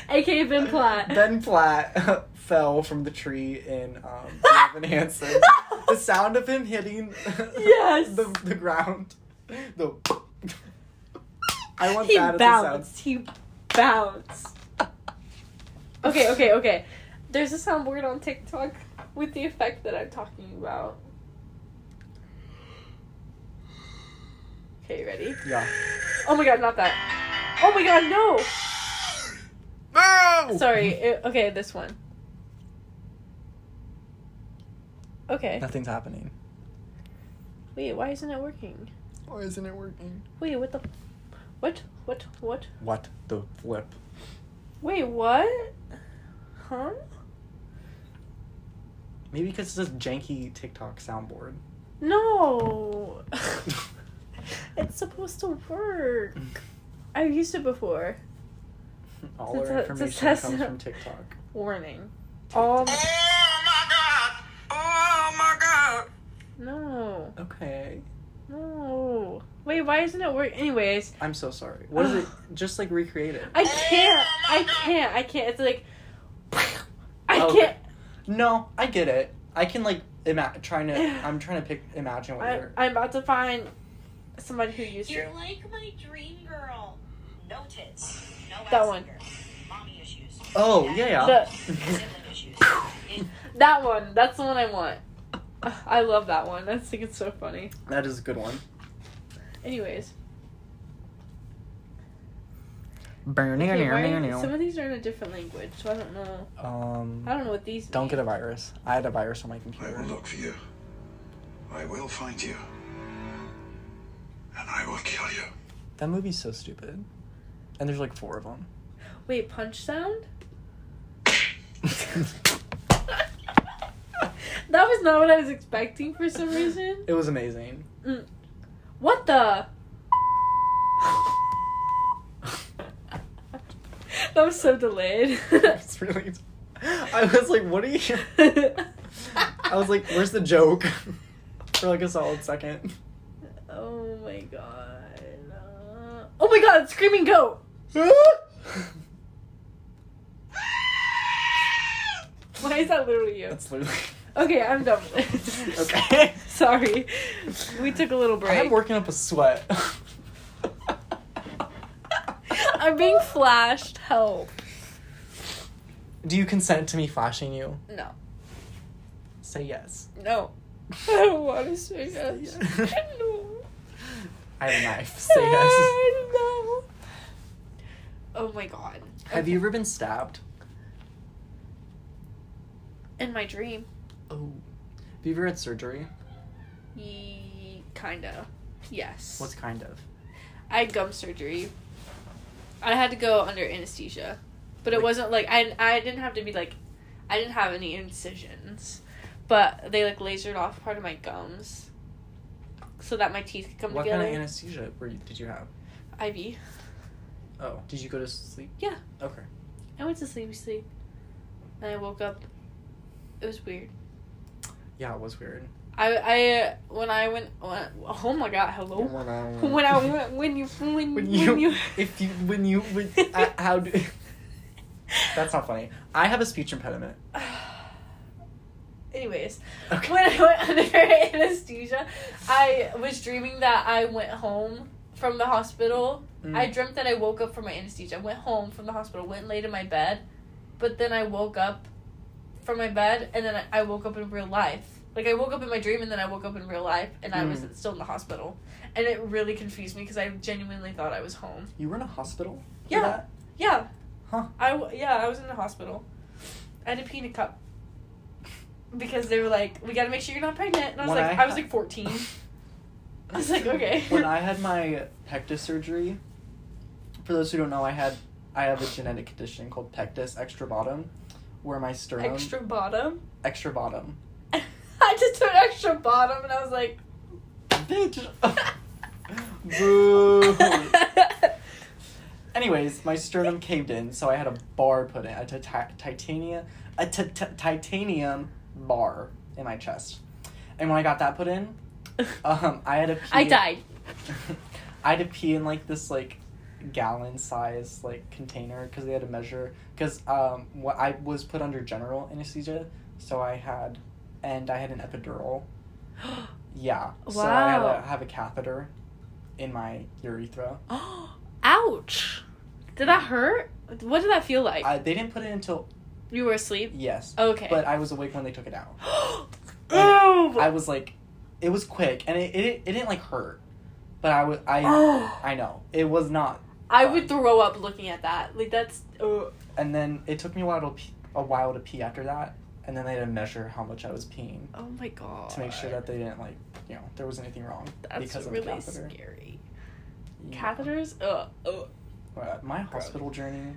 AKA Ben Platt. Ben Platt fell from the tree in um, Robin Hanson. the sound of him hitting Yes. the, the ground. The I want he that as a sound. bounced. He bounced. Okay, okay, okay. There's a soundboard on TikTok with the effect that I'm talking about. Okay, you ready? Yeah. Oh my god, not that. Oh my god, no! No! Sorry. It, okay, this one. Okay. Nothing's happening. Wait, why isn't it working? Why isn't it working? Wait, what the? What? What? What? What the flip? Wait, what? Huh? Maybe because it's a janky TikTok soundboard. No. it's supposed to work. I've used it before. All It's our a- it's a information test- comes from TikTok. Warning. Um, All Oh my god! Oh my god! no. Okay. No. Wait, why isn't it work? Anyways, I'm so sorry. What is it? Just like recreate it. I can't. I can't. I can't. It's like. I Oh, Okay. can't. No, I get it. I can like ima- trying to. I'm trying to pick imagine what I, you're. I'm about to find somebody who used You're to. like my dream girl. No tits. No ass That one. eater. Mommy issues. Oh Daddy yeah. The, issues. Sibling issues. that one. That's the one I want. I love that one. I think it's so funny. that is a good one. Anyways, okay, why- some Um, of these are in a different language, so I don't know. I don't know what these. don't mean. get a virus. I had a virus on my I will computer. look for you. I will find you. And I will kill you. That movie's so stupid. And there's like four of them. Wait, punch sound. That was not what I was expecting for some reason. Mm. it was amazing. What the? that was so delayed. It's really. I was like, what are you? I I was like, where's the joke? For like a solid second. Oh my god. Uh, oh my god, screaming goat. That's Why is that literally you? literally. Okay, I'm done. with this. Okay. Sorry, we took a little break. I'm working up a sweat. I'm being flashed. Help. Do you consent to me flashing you? No. Say yes. No. I don't want to say yes. yes. no. I have a knife. Say yes. no. Oh my god. Have you ever been stabbed? In my dream. Oh. Have you ever had surgery? Ye- kinda. Yes. What's kind of? I had gum surgery. I had to go under anesthesia, but it wasn't like I I didn't have to be like, I didn't have any incisions, but they like lasered off part of my gums, so that my teeth could come What together. kind of anesthesia were you, did you have? IV. Oh. Did you go to sleep? Yeah. Okay. I went to sleepy sleep, and I woke up. It was weird. Yeah, it was weird. I I when I went when, oh my god hello when I went when you when, when you, when you if you when you when, uh, how do that's not funny. I have a speech impediment. Anyways, Okay. when I went under anesthesia, I was dreaming that I went home from the hospital. Mm. I dreamt that I woke up from my anesthesia. I went home from the hospital, went and laid in my bed, but then I woke up from my bed, and then I I woke up in real life. Like I woke up in my dream, and then I woke up in real life, and I was Mm. still in the hospital, and it really confused me because I genuinely thought I was home. you were in a hospital. for Yeah. that? Yeah. Huh. I w- yeah, I was in the hospital. I had to pee in a cup. Because they were like, we gotta make sure you're not pregnant. And I was When like, I- I, was like 14. I was like, okay. when I had my pectus surgery, for those who don't know, I had I have a genetic condition called pectus extra bottom, where my sternum extra, extra bottom. bottom. I just took extra bottom and I was like, Bitch. Boo. Anyways, my sternum caved in, so I had a bar put in a ti- ti- titanium a ti- ti- titanium bar in my chest, and when I got that put in, um, I had a pee. I died. I had to pee in like this like gallon size like container because they had to measure because um what I was put under general anesthesia so I had and I had an epidural yeah so I had Wow. to have a catheter in my urethra Ouch. Did that hurt? What did that feel like? I, they didn't put it until you were asleep? yes Okay. but I was awake when they took it out oh, I was like it was quick and it it, it didn't like hurt but I was I oh. I know it was not I would throw up looking at that. Like that's uh, and then it took me a while to pee, a while to pee after that, and then they had to measure how much I was peeing oh my god. to make sure that they didn't like you know there was anything wrong that's because of really the catheter. scary. Yeah. Catheters. Ugh. Ugh. Uh, my hospital journey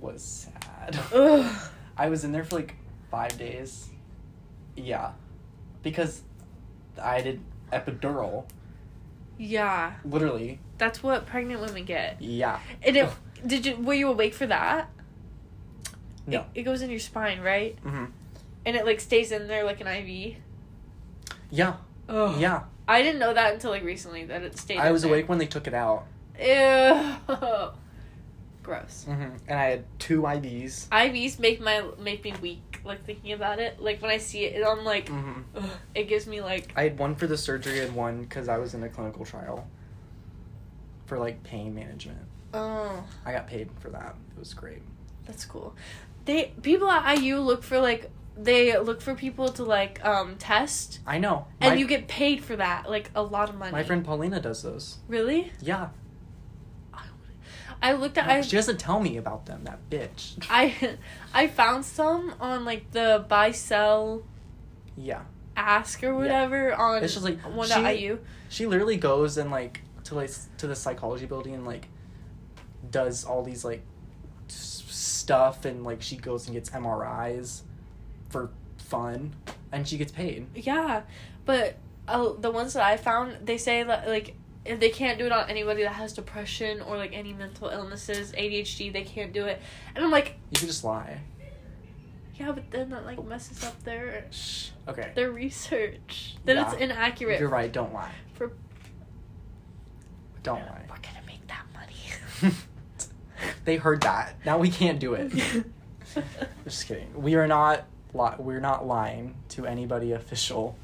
was sad. Ugh. I was in there for like five days. Yeah, because I did epidural, Yeah, literally. that's what pregnant women get. Yeah. And it did you were you awake for that? No. It, it goes in your spine, right? Mm-hmm. And it like stays in there like an IV. Yeah. Ugh. Yeah. I didn't know that until like recently that it stayed. I in was there. awake when they took it out, Ew. Gross. hmm and I had two IVs. IVs make my make me weak. Like thinking about it, like when I see it, I'm like, hmm ugh, it gives me like. I had one for the surgery and one because I was in a clinical trial for like pain management. Oh, I got paid for that. It was great. that's cool. They people at IU look for like they look for people to like um test, I know. and my, you get paid for that, like a lot of money. my friend Paulina does those. Really? Yeah, I looked at No, I she doesn't tell me about them. That bitch. I I found some on like the buy sell Yeah, ask or whatever on It's just like, one she- IU. she literally goes and like to like s- to the psychology building and like does all these like s- stuff and like she goes and gets MRIs for fun and she gets paid. Yeah, but uh, the ones that I found, they say that like if they can't do it on anybody that has depression or like any mental illnesses, ADHD, they can't do it. And I'm like, You can just lie. yeah, but then that like messes up their Shh. Okay. their research. Then it's Yeah. inaccurate. You're right. Don't lie. For- Don't We're gonna make that money. lie. they heard that. Now we can't do it. Just kidding. We are not. Li- we're not lying to anybody official.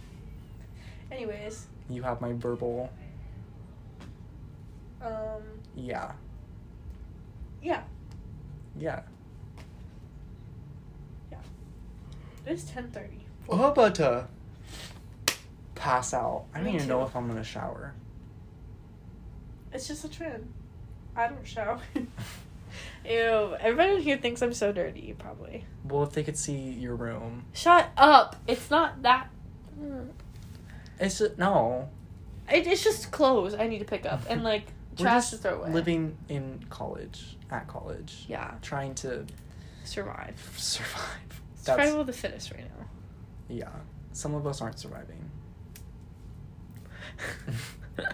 Anyways, You have my verbal. um, Yeah. yeah, Yeah. it's ten thirty. Oh, How about uh, to pass out? I Me don't even know too. if I'm gonna shower. It's just a trend. I don't shower. Ew! Everybody here thinks I'm so dirty. Probably. Well, if they could see your room, Shut up. It's not that. Mm. it's just, no. It, it's just clothes I need to pick up and like We're just trash to throw away. Living in college, at college, Yeah, trying to survive. survive. Survival of the fittest right now. Yeah, some of us aren't surviving.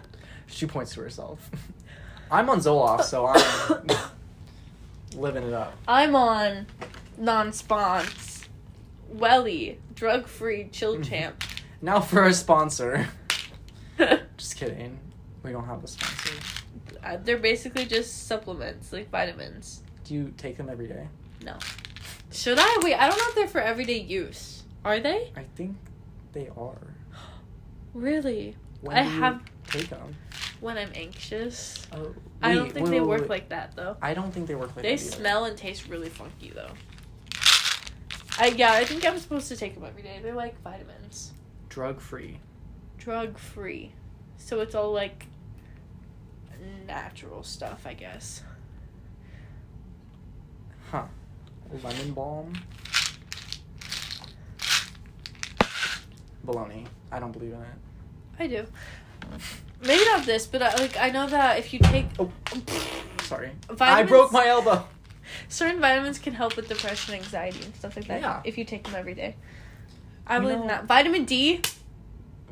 she points to herself. I'm on Zoloft, so I'm living it up. I'm on non-spons, Welly, drug-free chill Mhm. champ. Now for our sponsor. Uh, Just kidding. We don't have a sponsor. They're basically just supplements like vitamins. Do you take them every day? Should I wait? I don't know if they're for everyday use. Are they I think they are. really? When I do you have take them. when I'm anxious. Oh, I wait, don't think wait, they wait, work wait. like that though. I don't think they work like They that either. smell and taste really funky though. I yeah, I think I'm supposed to take them every day. They're like vitamins, drug free. drug free, so it's all like natural stuff, I guess. Huh. Lemon balm. Baloney. I don't believe in it. I do. Maybe not this, but I, like I know that if you take Oh. Sorry. I Vitamins- broke my elbow. certain vitamins, can help with depression, anxiety, and stuff like that. Yeah. If you take them every day, I You believe in know- that. Vitamin D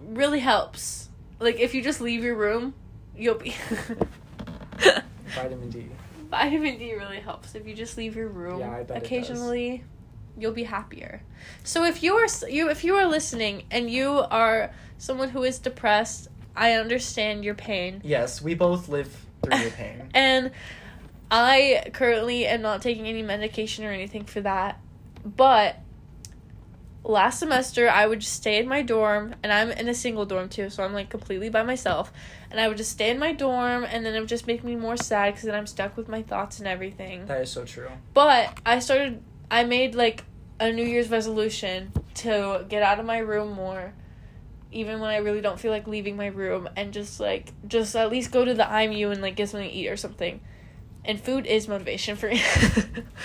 really helps. Like if you just leave your room, you'll be. Vitamin D. Vitamin D really helps. If you just leave your room Yeah, I bet it does. occasionally, you'll be happier. So if you are s- you if you are listening and you are someone who is depressed, I understand your pain. Yes, we both live through the pain. And I currently am not taking any medication or anything for that. But last semester I would just stay in my dorm and I'm in a single dorm too, so I'm like completely by myself. And I would just stay in my dorm and then it would just make me more sad cuz then I'm stuck with my thoughts and everything. That is so true. But I started. I made like a New Year's resolution to get out of my room more, even when I really don't feel like leaving my room, and just like just at least go to the IMU and like get something to eat or something. And food is motivation for me.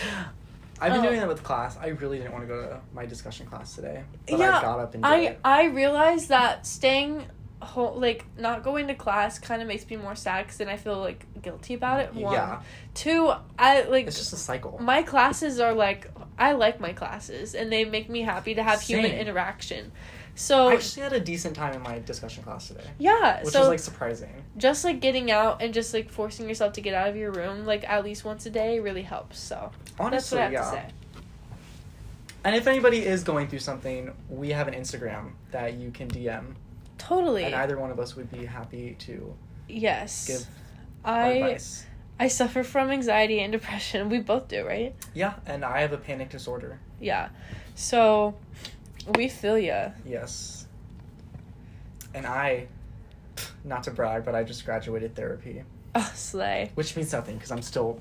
I've been Oh. doing that with class. I really didn't want to go to my discussion class today. But Yeah, I got up and did I it. I realized that staying home, like not going to class, kind of makes me more sad because then I feel like guilty about it. One, Yeah. two, I like It's just a cycle. my classes are like I like my classes and they make me happy to have human Same. interaction. I So actually had a decent time in my discussion class today. yeah, Which so was like surprising. just like getting out and just like forcing yourself to get out of your room like at least once a day really helps. So that's Honestly, what I have yeah. to say. And if anybody is going through something, we have an Instagram that you can DM. Totally. and either one of us would be happy to yes. give I advice. I suffer from anxiety and depression. We both do, right? Yeah, and I have a panic disorder. Yeah. So we feel ya. Yes. And I, not to brag, but I just graduated therapy, Oh, slay. which means nothing because I'm still.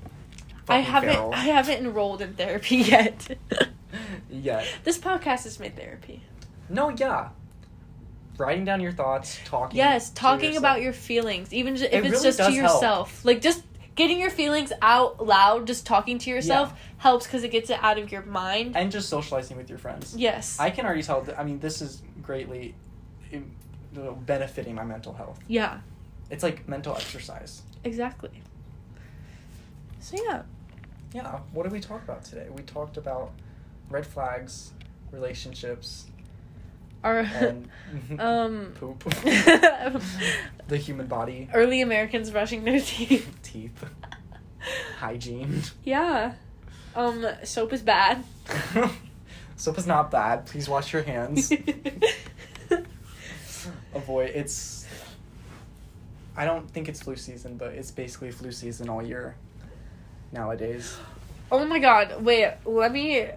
I fucking haven't feral. I haven't enrolled in therapy yet. Yet. this podcast is my therapy. No, yeah. Writing down your thoughts, talking. Yes, to talking about yourself. your feelings, even ju- if It it's really just to does help. yourself. Like just getting your feelings out loud, just talking to yourself helps cuz it gets it out of your mind. and just socializing with your friends. yes. I can already tell. That, I mean, this is greatly im- benefiting my mental health. yeah, It's like mental exercise. exactly. So yeah, Yeah. What did we talk about today? We talked about red flags, relationships, our and um poop, the human body, early Americans brushing their teeth. teeth, hygiene. yeah. Um soap is bad. Soap is not bad. Please wash your hands. Avoid. It's. I don't think it's flu season, but it's basically flu season all year nowadays. Oh my god, wait, let me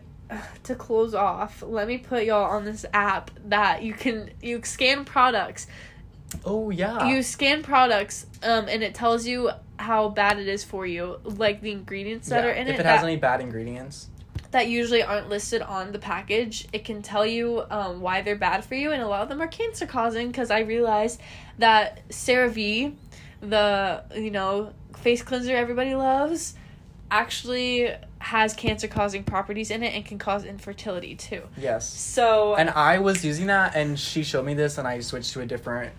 to close off, let me put y'all on this app that you can you scan products. Oh yeah. You scan products um and it tells you how bad it is for you, like the ingredients that Yeah, are in if it, it has that, any bad ingredients. that usually aren't listed on the package. It can tell you um why they're bad for you and a lot of them are cancer causing cuz I realized that CeraVe, the you know, face cleanser everybody loves, actually has cancer causing properties in it and can cause infertility too. Yes. So And I was using that, and she showed me this, and I switched to a different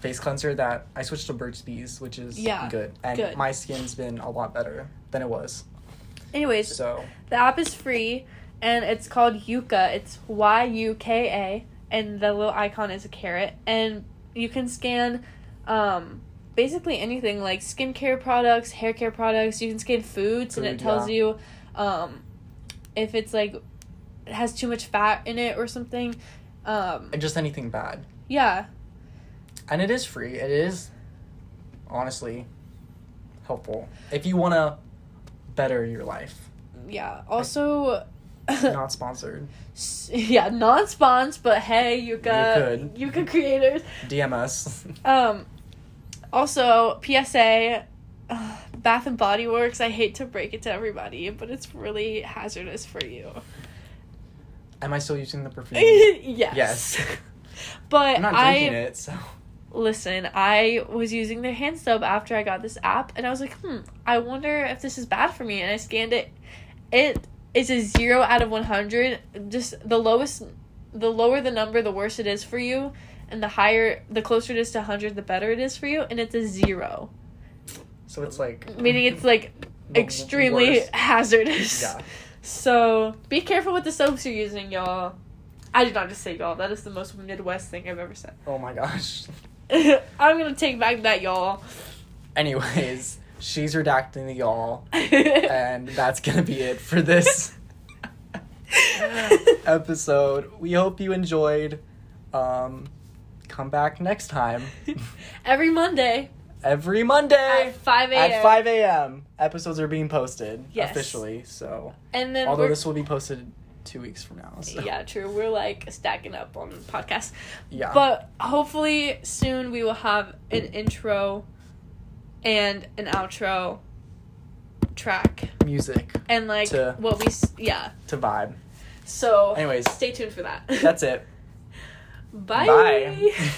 face cleanser that I switched to Burt's Bees, which is Yeah, good. And good. my skin's been a lot better than it was. anyways, So the app is free and it's called Yuka. It's Y U K A and the little icon is a carrot and you can scan um basically anything like skincare products, hair care products, you can scan foods and it Food, tells yeah. you um if it's like it has too much fat in it or something. Um and just anything bad, yeah. and it is free. It is honestly helpful if you want to better your life. Yeah. Also Not sponsored. S- yeah, non-spons, but hey, Yuka, could. Yuka creators. DM us. Um, also PSA, uh, Bath and Body Works. I hate to break it to everybody, but it's really hazardous for you. Am I still using the perfume? yes. Mm. yes. But I'm not I drinking it, so listen. I was using their hand soap after I got this app, and I was like, hmm, I wonder if this is bad for me. And I scanned it. It is a zero out of one hundred. Just the lowest, the lower the number, the worse it is for you, and the higher, the closer it is to hundred, the better it is for you. And it's a zero. so it's like meaning it's like the extremely worst. hazardous. Yeah. So be careful with the soaps you're using, y'all. I did not just say y'all. That is the most Midwest thing I've ever said. Oh my gosh. I'm gonna take back that y'all. Anyways, she's redacting the y'all, and and that's gonna be it for this episode. We hope you enjoyed. Um, come back next time Every Monday every Monday at five a.m. at 5 a.m. Episodes are being posted Yes. officially. So, and then although we're, this will be posted two weeks from now. So. yeah, true. We're like stacking up on podcasts, Yeah. but hopefully soon we will have an intro and an outro track. Music and like To- what we s- yeah to vibe. so Anyways. stay tuned for that That's it. bye,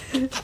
Bye.